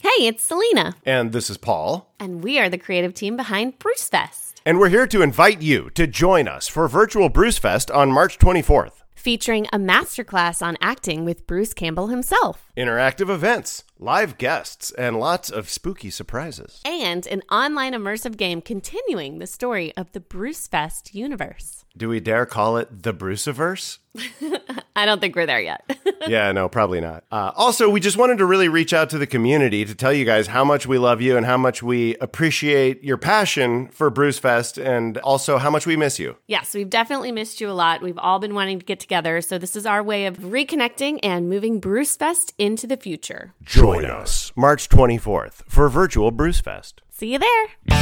Hey, it's Selena, And this is Paul. and we are the creative team behind Bruce Fest, And we're here to invite you to join us for Virtual Bruce Fest on March 24th. featuring a masterclass on acting with Bruce Campbell himself, Interactive events, live guests, and lots of spooky surprises. and an online immersive game continuing the story of the Bruce Fest universe. Do we dare call it the Bruciverse? I don't think we're there yet. yeah, no, probably not. Uh, also, we just wanted to really reach out to the community to tell you guys how much we love you and how much we appreciate your passion for Bruce Fest and also how much we miss you. yes, we've definitely missed you a lot. We've all been wanting to get together, so this is our way of reconnecting and moving Bruce Fest into the future. Join us March 24th for Virtual Bruce Fest. See you there.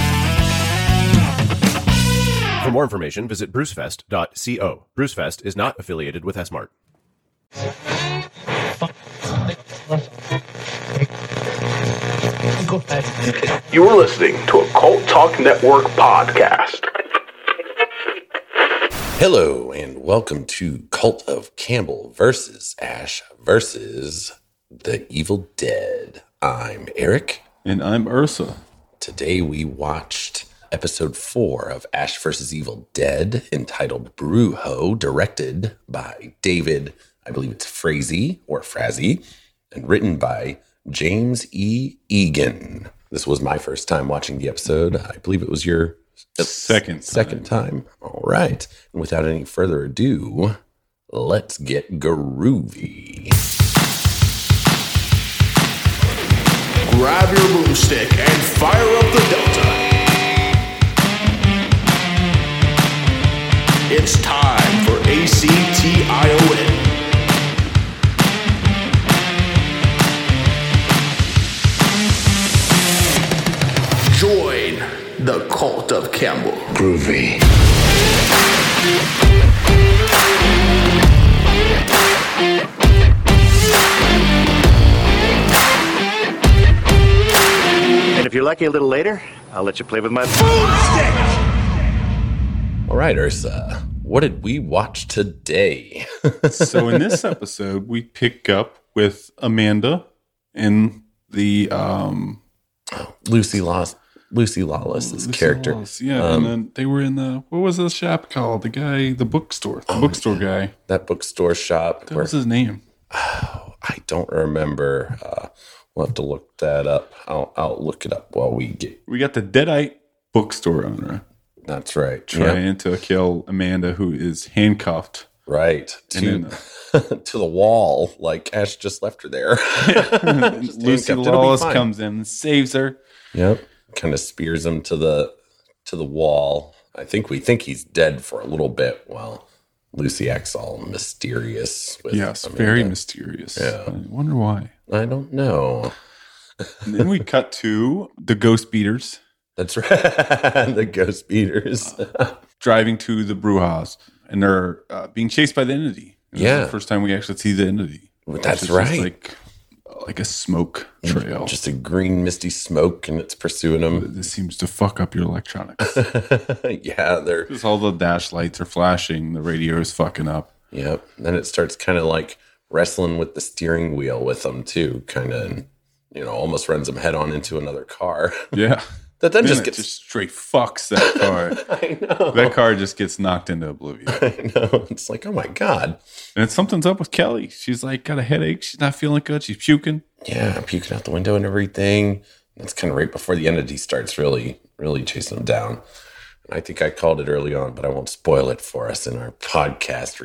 For more information, visit brucefest.co. Brucefest is not affiliated with SMART. You're listening to a Cult Talk Network podcast. Hello and welcome to Cult of Campbell versus Ash versus the Evil Dead. I'm Eric. And I'm Ursa. Today we watched episode 4 of Ash versus Evil Dead entitled Brujo directed by David, I believe it's Frazee or Frazee and written by James E. Egan. This was my first time watching the episode. I believe it was your Second. Second time. All right. And without any further ado, let's get groovy. Grab your boomstick and fire up the Delta. It's time for ACTION. Join the Cult of Campbell. Groovy. And if you're lucky a little later, I'll let you play with my All right, Ursa. What did we watch today? so in this episode, we pick up with Amanda in the um Lucy Lost Lucy Lawless's character. Wallace. Yeah, Um, and then they were in the what was the shop called? The guy, the bookstore, the bookstore guy. That bookstore shop What Oh, where was his name? I don't remember. Uh, we'll have to look that up. I'll, I'll look it up while we get. We got the Deadite bookstore owner That's right. Yeah, trying to kill Amanda, who is handcuffed. right And to to the wall. Like Ash just left her there. And Lucy handcuffed. It'll be Lawless fine. comes in and saves her. Yep. Kind of spears him to the to the wall. I think we think he's dead for a little bit while Lucy acts all mysterious. With Yes, Amanda. very mysterious. I wonder why. I don't know. And then we cut to the ghost beaters That's right. the ghost beaters. driving to the brewhouse, and they're uh, being chased by the entity. And this is Yeah. the first time we actually see the entity. Well, which that's is just right. Like uh, like a smoke trail. Just a green misty smoke, and it's pursuing them. this seems to fuck up your electronics. yeah, they're Because all the dash lights are flashing, the radio is fucking up. yep. Then it starts kind of like wrestling with the steering wheel with them too, kind of. You know, almost runs them head on into another car. Yeah. that then And just it gets. just straight fucks that car. I know. that car just gets knocked into oblivion. I know. It's like, oh my god. And it's, something's up with Kelly. She's like got a headache. She's not feeling good. She's puking. yeah, puking out the window and everything. That's kind of right before the entity starts really, really chasing them down. And I think I called it early on, but I won't spoil it for us in our podcast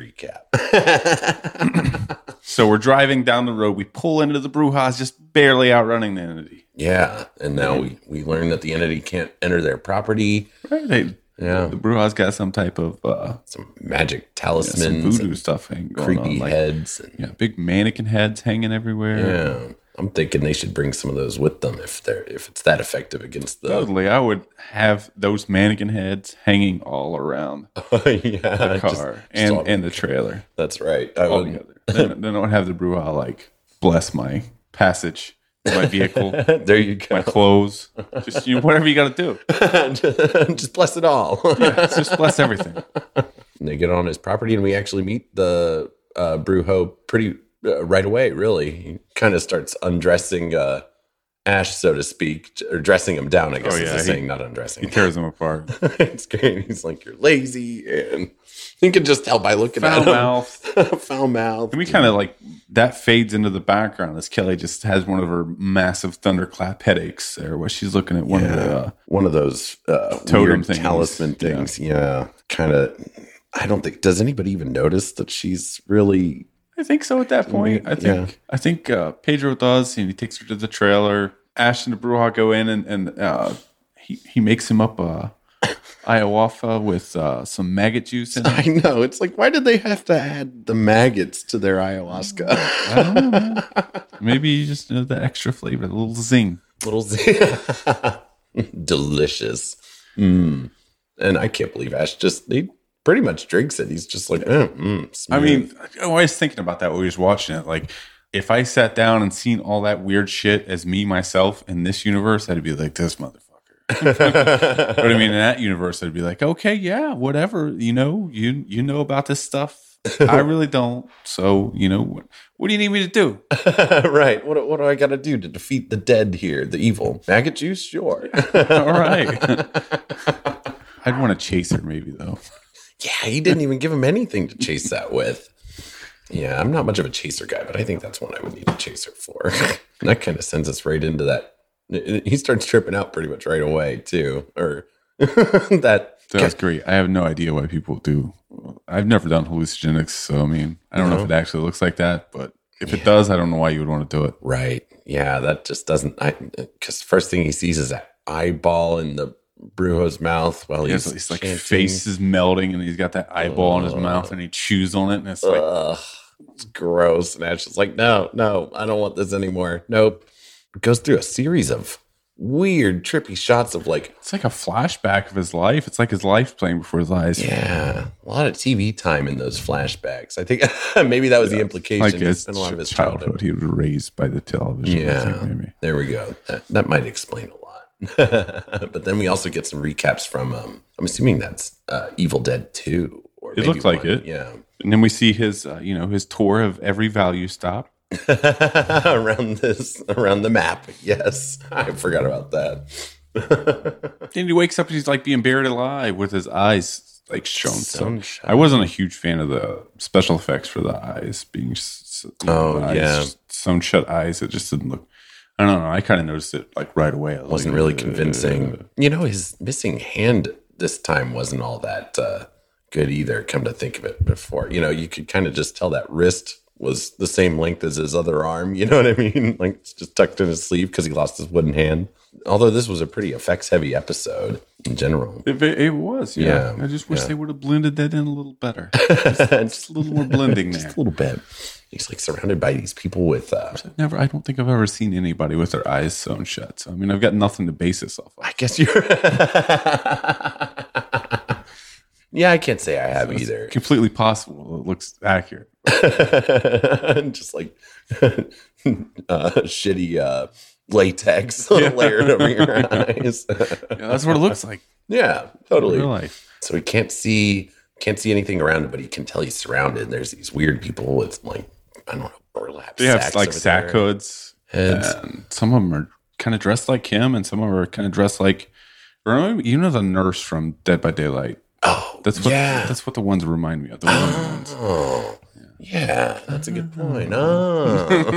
recap. So we're driving down the road. We pull into the Brujas, just barely outrunning the entity. yeah, and now we we learn that the entity can't enter their property. Right? They, Yeah, The Brujas got some type of uh, some magic some talismans, voodoo and stuff hang- going creepy on. Like, heads. And, Yeah, big mannequin heads hanging everywhere. yeah, I'm thinking they should bring some of those with them if they're if it's that effective against the Totally. I would have those mannequin heads hanging all around yeah Oh. the car Oh, just- just and, all- and the trailer. that's right. I all would- together. then, then I would have the Bruja like bless my passage, my vehicle, there you go. my clothes, just you know, whatever you got to do. just bless it all. It's just bless everything. And they get on his property, and we actually meet the uh, Brujo pretty uh, right away. Really, he kind of starts undressing uh, Ash, so to speak, or dressing him down. I guess Oh, is yeah, the he- saying, not undressing. He tears them apart. it's great. He's like, you're lazy, and you can just tell by looking Foul at him. mouth. foul mouth. And we kind of like that fades into the background as Kelly just has one of her massive thunderclap headaches or what she's looking at one of the. Uh, one of those uh, Totem weird things. talisman Yeah. things. Yeah, kind of. I don't think. Does anybody even notice that she's really? I think so at that point. I think Yeah. I think uh, Pedro does, and he takes her to the trailer. Ash and the Bruja go in, and, and uh, he he makes him up a ayahuasca with uh, some maggot juice in it. I know. It's like, why did they have to add the maggots to their ayahuasca? Maybe you just know that extra flavor, the little zing. Little delicious. Mm. And I can't believe Ash just he pretty much drinks it. He's just like, eh, mm, I smooth. mean, I was thinking about that while we was watching it. Like, if I sat down and seen all that weird shit as me myself in this universe, I'd be like, this motherfucker. but I mean, in that universe, I'd be like, okay, yeah, whatever. You know, you you know about this stuff. I really don't. So you know, what, what do you need me to do? right. What, what do I got to do to defeat the dead here, the evil maggot juice? Sure. All right. I'd want to chase her, maybe though. Yeah, he didn't even give him anything to chase that with. Yeah, I'm not much of a chaser guy, but I think that's one I would need a chaser for. and that kind of sends us right into that. He starts tripping out pretty much right away, too. Or that. That was great. I have no idea why people do. I've never done hallucinogenics, so I mean, I don't know if it actually looks like that, but if it does, I don't know why you would want to do it. Right. Yeah, that just doesn't. I Because first thing he sees is that eyeball in the Brujo's mouth while He's, he's, he's like chanting. face is melting, and he's got that eyeball in his mouth, and he chews on it, and it's like, Ugh, it's gross. And Ash is like, no, no, I don't want this anymore. Nope. Goes through a series of weird, trippy shots of like, it's like a flashback of his life. It's like his life playing before his eyes. yeah, a lot of TV time in those flashbacks. I think maybe that was the implication. like He his spent a lot of his childhood, he was raised by the television. I Yeah, think, maybe. there we go. That, that might explain a lot. but then we also get some recaps from, um, I'm assuming that's uh, Evil Dead 2. Or It maybe looked like one, it. yeah, And then we see his, uh, you know, his tour of every value stop. around this, around the map. Yes, I forgot about that. Then he wakes up and he's like being buried alive with his eyes like shown. So Sunshine. I wasn't a huge fan of the special effects for the eyes being. s- s- you know, Oh, the eyes, yeah. some shut eyes. It just didn't look. I don't know. I kind of noticed it like right away. I was wasn't like, really "Uh, convincing. You know, his missing hand this time wasn't all that uh, good either. Come to think of it, before you know, you could kind of just tell that wrist was the same length as his other arm. You know what I mean? Like it's just tucked in his sleeve because he lost his wooden hand. Although this was a pretty effects heavy episode in general. It, it was, yeah. Yeah, I just wish yeah. they would have blended that in a little better. just It's a little more blending just there. a little bit. He's like surrounded by these people with. Uh, Never. I don't think I've ever seen anybody with their eyes sewn shut. So I mean, I've got nothing to base this off. Of. I guess you're. yeah, I can't say I have either. Completely possible. It looks accurate. just like uh, shitty uh, latex layered over your eyes. Yeah, that's what it looks like. yeah, in totally. real life. So he can't see can't see anything around him, but he can tell he's surrounded. There's these weird people with like I don't know burlap. They have sacks like over sack their hoods. Heads. And some of them are kind of dressed like him, and some of them are kind of dressed like. Remember, you know the nurse from Dead by Daylight. oh, That's what. Yeah. That's what the ones remind me of. The women ones. oh, yeah, that's a good point.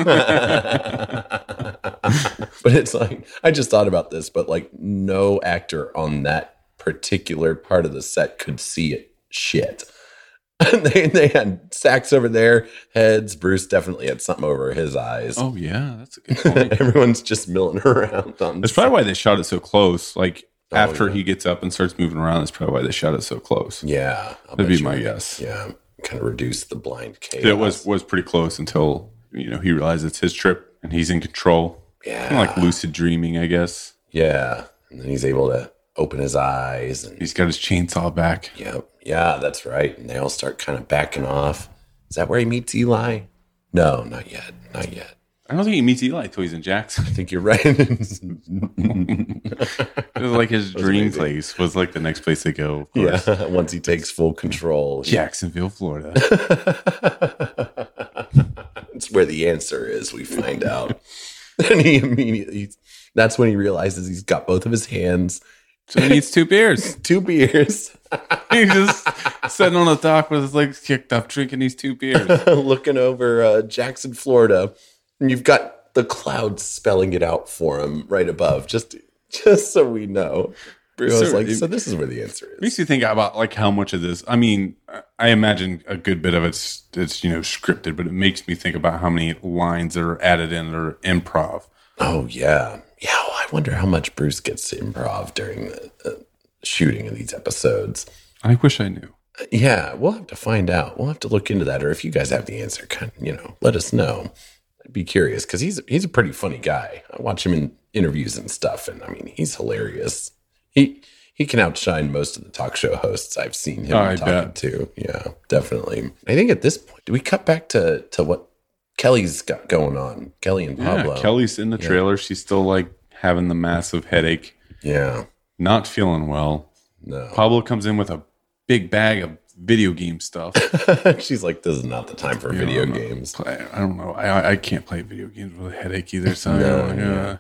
Oh. but it's like I just thought about this, but like no actor on that particular part of the set could see it. Shit. they, they had sacks over their heads. Bruce definitely had something over his eyes. Oh yeah, that's a good point. Everyone's just milling around on That's probably why they shot it so close. Like Oh, after yeah. he gets up and starts moving around, that's probably why they shot it so close. Yeah. I'll bet That'd be you- my guess. Yeah. Kind of reduce the blind case. It was was pretty close until you know he realizes it's his trip and he's in control. Yeah. Kind of like lucid dreaming, I guess. Yeah. And then he's able to open his eyes and He's got his chainsaw back. Yep. Yeah, that's right. And they all start kind of backing off. Is that where he meets Eli? No, not yet. Not yet. I don't think he meets Eli till he's in Jackson. I think you're right. It was like his dream amazing. place was like the next place to go. Of course. yeah. Once he takes full control, he- Jacksonville, Florida. it's where the answer is, we find out. and he immediately, that's when he realizes he's got both of his hands, So he needs two beers. two beers, He's just sitting on the dock with his legs kicked up, drinking these two beers. looking over uh, Jackson, Florida. And you've got the clouds spelling it out for him right above, just just so we know. I was So like, it- so this is where the answer is. Makes you think about like how much of this. I mean, I- I imagine a good bit of it's it's you know scripted, but it makes me think about how many lines that are added in that are improv. Oh yeah, yeah. well, I wonder how much Bruce gets to improv during the uh, shooting of these episodes. I wish I knew. Yeah, we'll have to find out. We'll have to look into that, or if you guys have the answer, kind of, you know, let us know. I'd be curious because he's he's a pretty funny guy. I watch him in interviews and stuff, and I mean, he's hilarious. He he can outshine most of the talk show hosts I've seen him Oh, I talking bet. to. Yeah, definitely. I think at this point, do we cut back to to what Kelly's got going on? Kelly and Yeah, Pablo. Kelly's in the trailer. She's still like having the massive headache, Yeah. not feeling well. No. Pablo comes in with a big bag of video game stuff. She's like, this is not the time for video games. I, I don't know. I I can't play video games with a headache either. So No, I'm like, yeah. uh,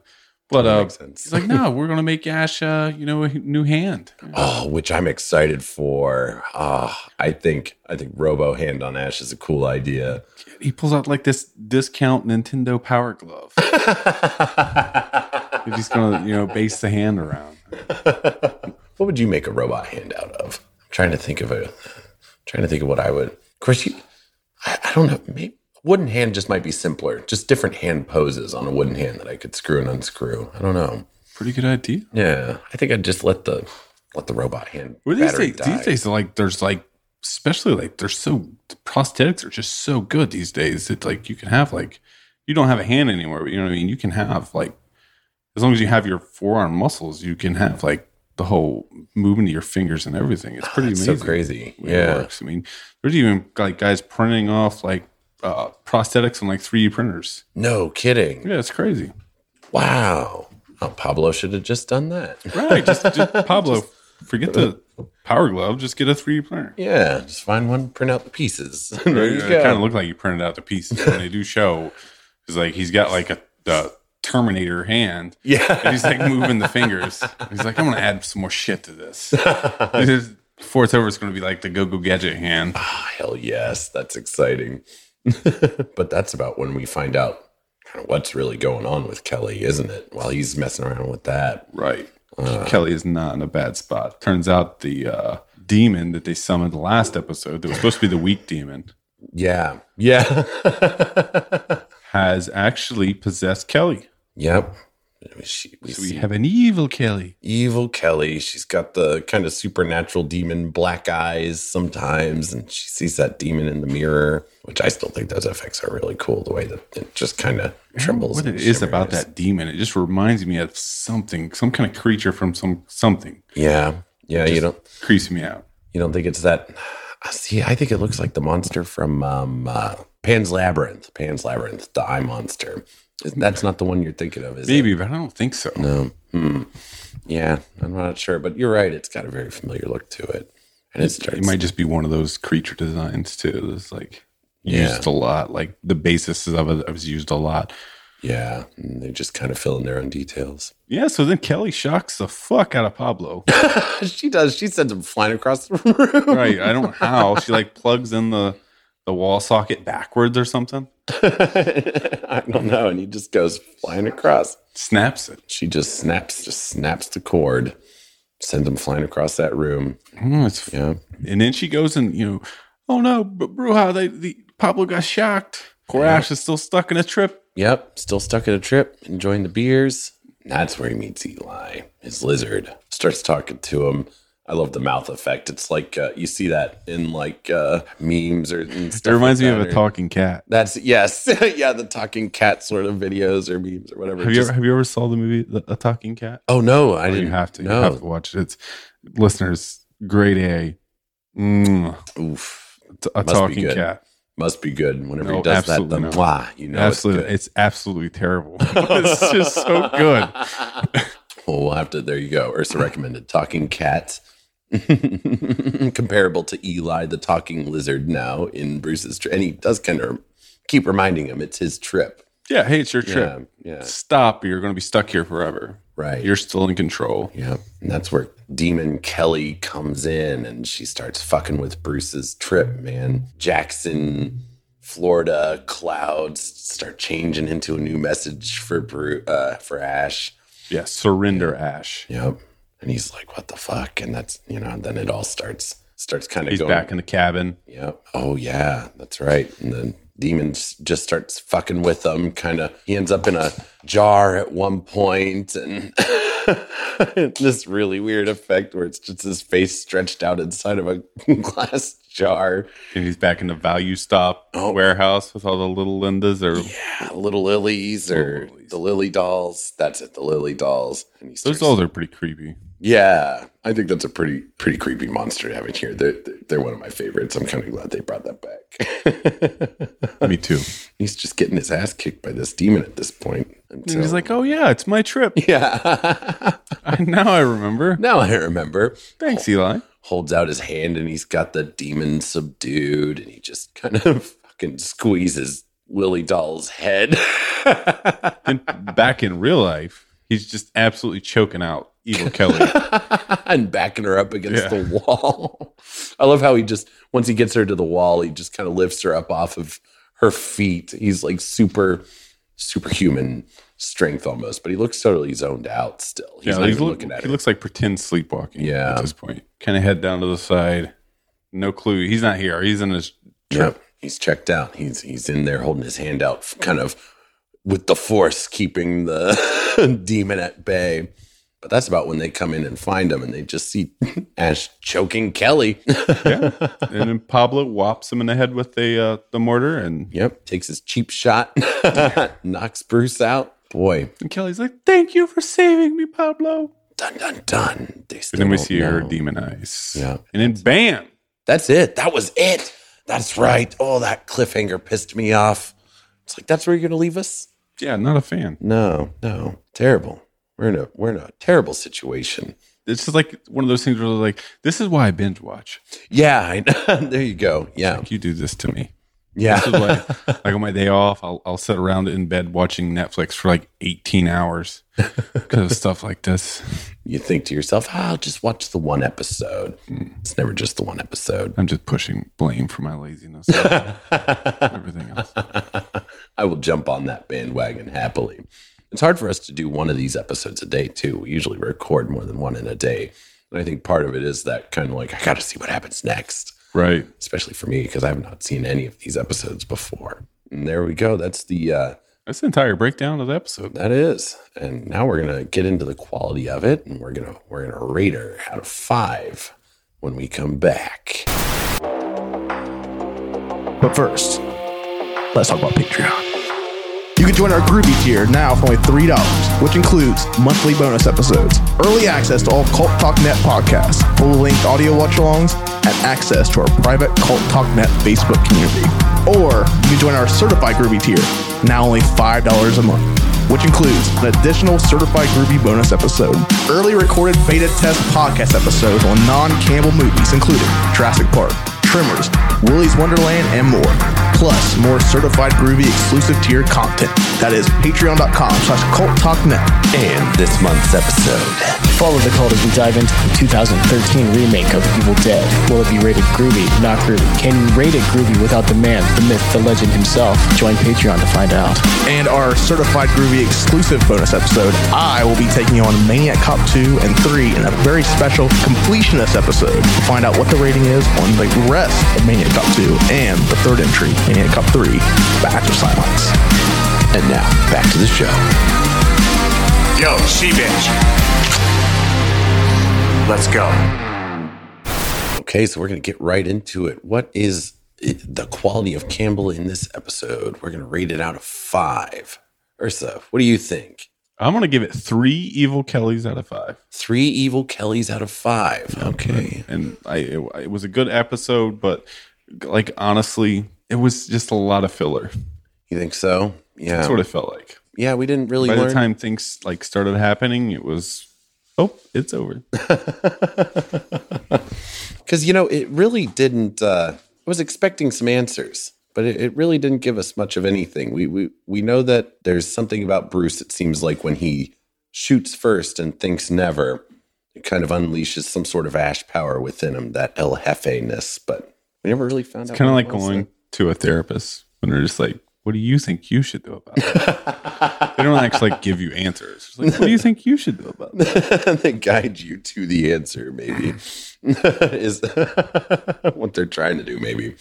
but uh, makes sense. he's like, no, we're gonna make Ash, uh, you know, a new hand. Oh, which I'm excited for. Ah, I think I think Robo Hand on Ash is a cool idea. He pulls out like this discount Nintendo Power Glove. He's just gonna, you know, base the hand around. What would you make a robot hand out of? I'm trying to think of a trying to think of what I would. Of course, you, I, I don't know. Maybe a wooden hand just might be simpler. Just different hand poses on a wooden hand that I could screw and unscrew. I don't know. Pretty good idea. Yeah, I think I'd just let the let the robot hand. Well, these battery days, these die. days, like there's like, especially like they're so the prosthetics are just so good these days. It's like you can have like you don't have a hand anymore, but you know what I mean. You can have like as long as you have your forearm muscles, you can have like the whole movement of your fingers and everything. It's pretty That's amazing. so crazy. way it Yeah. works. I mean, there's even like guys printing off like uh, prosthetics on like 3D printers. No kidding. Yeah, it's crazy. Wow. Oh, Pablo should have just done that. Right. Just, just Pablo, forget the power glove. Just get a 3D printer. Yeah, just find one, print out the pieces. there you it go. kind of looked like you printed out the pieces when they do show. It's like he's got like a, a Terminator hand. Yeah. And he's like moving the fingers. He's like, I'm going to add some more shit to this. this is, before it's over, it's going to be like the go go gadget hand. Ah, hell yes, that's exciting. but that's about when we find out kind of what's really going on with Kelly, isn't it? While he's messing around with that. Right. Uh, Kelly is not in a bad spot. Turns out the uh, demon that they summoned last episode, that was supposed to be the weak demon, Yeah. Yeah. has actually possessed Kelly. yep. She, we So see we have an evil Kelly. evil Kelly. She's got the kind of supernatural demon black eyes sometimes, and she sees that demon in the mirror, which I still think those effects are really cool. The way that it just kind of trembles. What and it is about shimmers. that demon, it just reminds me of something, some kind of creature from some something. Yeah. Yeah. you don't. crease me out. You don't think it's that? uh, See, I think it looks like the monster from um, uh, Pan's Labyrinth. Pan's Labyrinth, the eye monster. That's not the one you're thinking of, is Maybe, but I don't think so. it? No. Hmm. Yeah, I'm not sure, but you're right. It's got a very familiar look to it, and it starts. It might just be one of those creature designs too. That's like Yeah. used a lot. Like the basis of it was used a lot. yeah, and they just kind of fill in their own details. Yeah. So then Kelly shocks the fuck out of Pablo. she does. She sends him flying across the room. right. I don't know how she like plugs in the the wall socket backwards or something. I don't know, and he just goes flying across. Snaps it. She just snaps, just snaps the cord, sends him flying across that room. I don't know. Mm, It's Yeah. And then she goes and you know, oh no, but Bruja, they the Pablo got shocked. Poor Ash is still stuck in a trip. Yep, still stuck at a trip, enjoying the beers. That's where he meets Eli, his lizard. Starts talking to him. I love the mouth effect. It's like uh, you see that in like uh, memes or and stuff. It reminds like me of that, a or- talking cat. That's yes, yeah, the talking cat sort of videos or memes or whatever. Have you Just- ever have you ever saw the movie The- A Talking Cat? oh no, I Oh, didn't you have to. No, You have to watch it. It's listeners grade A. Mm, oof, t- a Must be talking good. cat. must be good. Whenever No, he does that, the absolutely not. mwah, you know, absolutely, It's good. it's, absolutely terrible. it's just so good. Well, we'll have to. There you go. Ursa recommended talking cat, comparable to Eli the talking lizard now in Bruce's trip, and he does kind of keep reminding him it's his trip. Yeah, hey, it's your trip. Yeah, yeah. Stop, or you're going to be stuck here forever. Right. You're still in control. Yeah. And that's where Demon Kelly comes in and she starts fucking with Bruce's trip, man. Jackson, Florida clouds start changing into a new message for Bru- uh, for Ash. Yeah, surrender, Ash. Yep. And he's like, what the fuck? And that's, you know, then it all starts starts kind of He's going back in the cabin. Yeah. Oh yeah, that's right. And then demon s- just starts fucking with them. Kind of, he ends up in a jar at one point, and this really weird effect where it's just his face stretched out inside of a glass jar. And he's back in the value stop Oh. warehouse with all the little Lindas or Yeah, little lilies or Little lilies. the lily dolls. That's it, the lily dolls. And he those starts, dolls are pretty creepy. yeah, I think that's a pretty pretty creepy monster to have in here. They're, they're, they're one of my favorites. I'm kind of glad they brought that back. Me too. He's just getting his ass kicked by this demon at this point. Until, And he's like, "Oh yeah, it's my trip." Yeah. I, now I remember. now I remember. Thanks, Eli. Holds out his hand and he's got the demon subdued and he just kind of fucking squeezes Willie Doll's head. And back in real life, he's just absolutely choking out evil Kelly. and backing her up against Yeah. the wall. I love how he just, once he gets her to the wall, he just kind of lifts her up off of her feet. He's like super, superhuman strength almost, but he looks totally zoned out still. He's yeah, not he's even look- looking at he her. looks like pretend sleepwalking. Yeah. at this point, kind of head down to the side. No clue. He's not here. He's in his. Yep. He's checked out. He's he's in there holding his hand out, kind of with the force keeping the demon at bay. But that's about when they come in and find him, and they just see Ash choking Kelly. And then Pablo whops him in the head with the uh, the mortar, and, yep, takes his cheap shot, knocks Bruce out. Boy, and Kelly's like, "Thank you for saving me, Pablo." dun dun dun. They still And then we don't see her know. demon eyes. Yeah. And then bam. That's it. That was it. That's right. Oh, that cliffhanger pissed me off. It's like that's where you're gonna leave us. Yeah, not a fan. No, no, terrible. We're in a we're in a terrible situation. It's just like one of those things where they're like, this is why I binge watch. Yeah, I, there you go. Yeah, You do this to me. This is yeah, why, like on my day off, I'll, I'll sit around in bed watching Netflix for like 18 hours because of stuff like this. you think to yourself, "Ah, "I'll just watch the one episode." Hmm, It's never just the one episode. I'm just pushing blame for my laziness. and everything else. I will jump on that bandwagon happily. It's hard for us to do one of these episodes a day too. We usually record more than one in a day, and I think part of it is that kind of like I got to see what happens next, Right. especially for me because I have not seen any of these episodes before. And there we go. That's the uh, That's the entire breakdown of the episode. That is. And now we're gonna get into the quality of it and we're gonna we're gonna rate her out of five when we come back. But first, let's talk about Patreon. You can join our Groovy tier now for only $3, which includes monthly bonus episodes, early access to all Cult Talk Net podcasts, full-length audio watch-alongs, and access to our private Cult Talk Net Facebook community. Or you can join our Certified Groovy tier, now only $5 a month, which includes an additional Certified Groovy bonus episode, early recorded beta test podcast episodes on non-Campbell movies, including Jurassic Park, Tremors, Willy's Wonderland, and more. Plus, more certified groovy exclusive tier content. That is patreon.com slash cult talk net. And this month's episode. Follow the cult as we dive into the 2013 remake of Evil Dead. Will it be rated groovy, not groovy? Can you rate it groovy without the man, the myth, the legend himself? Join Patreon to find out. And our certified groovy exclusive bonus episode, I will be taking on Maniac Cop 2 and 3 in a very special completionist episode to find out what the rating is on the rest of Maniac Cop 2 and the third entry, Maniac Cop 3, Batch of Silence. And now back to the show. Yo, sea bitch. Let's go. Okay, so we're gonna get right into it. What is it, the quality of Campbell in this episode? We're gonna rate it out of five. Ursa, what do you think? I'm going to give it three evil Kellys out of five. Three evil Kellys out of five. Okay. and I it, it was a good episode, but like honestly, it was just a lot of filler. You think so? Yeah. That's what it felt like. Yeah, we didn't really By learn. the time things like started happening, it was oh, it's over. because you know it really didn't uh i was expecting some answers but it, it really didn't give us much of anything. We we we know that there's something about Bruce. It seems like when he shoots first and thinks never, it kind of unleashes some sort of ash power within him, that El Jefe ness. But we never really found out. Kind of what like it was. going to a therapist when they're just like, "What do you think you should do about it?" they don't actually like give you answers. It's like, what do you think you should do about it? they guide you to the answer maybe is what they're trying to do maybe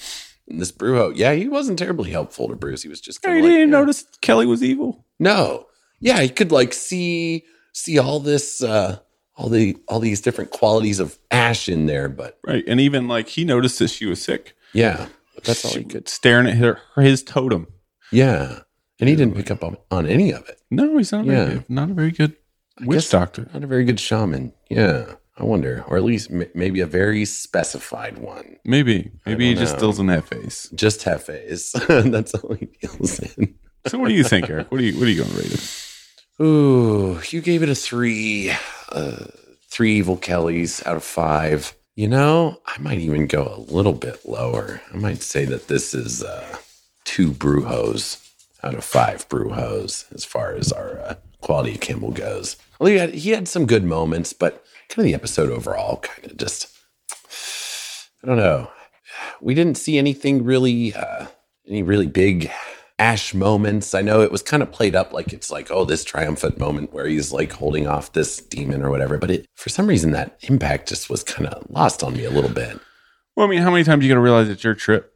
And this brujo yeah he wasn't terribly helpful to bruce he was just I kind of like, didn't yeah. notice Kelly was evil. no yeah he could like see see all this uh all the all these different qualities of ash in there but Right, and even like he noticed that she was sick, yeah that's all he could staring at her his totem. yeah and he didn't pick up on, on any of it No, he's not a very Yeah. good, not a very good witch guess- doctor. not a very good shaman yeah i wonder or at least m- maybe a very specified one Maybe maybe he don't just know. doesn't have face. just hefes that's all he deals in So what do you think, Eric? What do you what are you going to rate it? Ooh, you gave it a three, uh, three evil Kellys out of five. You know, I might even go a little bit lower. I might say that this is uh, two brujos out of five brujos as far as our uh, quality of Campbell goes. Well, he had, he had some good moments, but kind of the episode overall kind of just, I don't know. We didn't see anything really. Uh, any really big ash moments i know it was kind of played up like it's like oh this triumphant moment where he's like holding off this demon or whatever but it for some reason that impact just was kind of lost on me a little bit Well, I mean, how many times you got to realize it's your trip?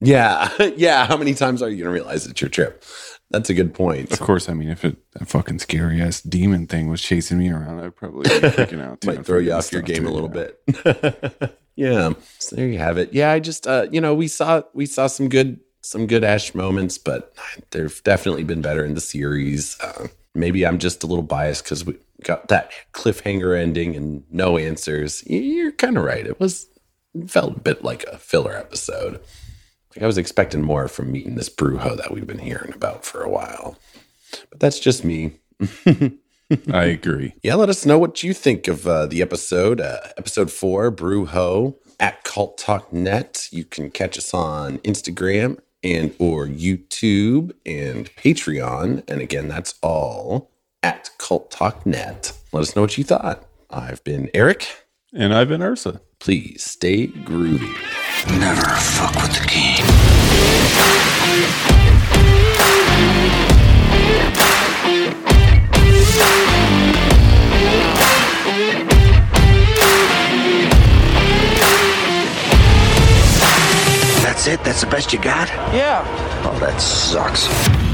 yeah yeah how many times are you gonna realize it's your trip that's a good point Of course, I mean, if it, that fucking scary ass demon thing was chasing me around, I'd probably be freaking out. too. might throw you off your Stuff, game a too, little yeah. bit. yeah. So there you have it. Yeah, I just uh, you know, we saw we saw some good some good Ash moments, but there've definitely been better in the series. Uh, maybe I'm just a little biased because we got that cliffhanger ending and no answers. Y- You're kind of right. It was it felt a bit like a filler episode. Like I was expecting more from meeting this Brujo that we've been hearing about for a while. But that's just me. I agree. Yeah, let us know what you think of uh, the episode, uh, episode four, Brew Ho at Cult Talk Net. You can catch us on Instagram and or YouTube and Patreon. And again, that's all at Cult Talk Net. Let us know what you thought. I've been Eric. And I've been Ursa. Please stay groovy. Never fuck with the king. That's it? That's the best you got? Yeah. Oh, that sucks.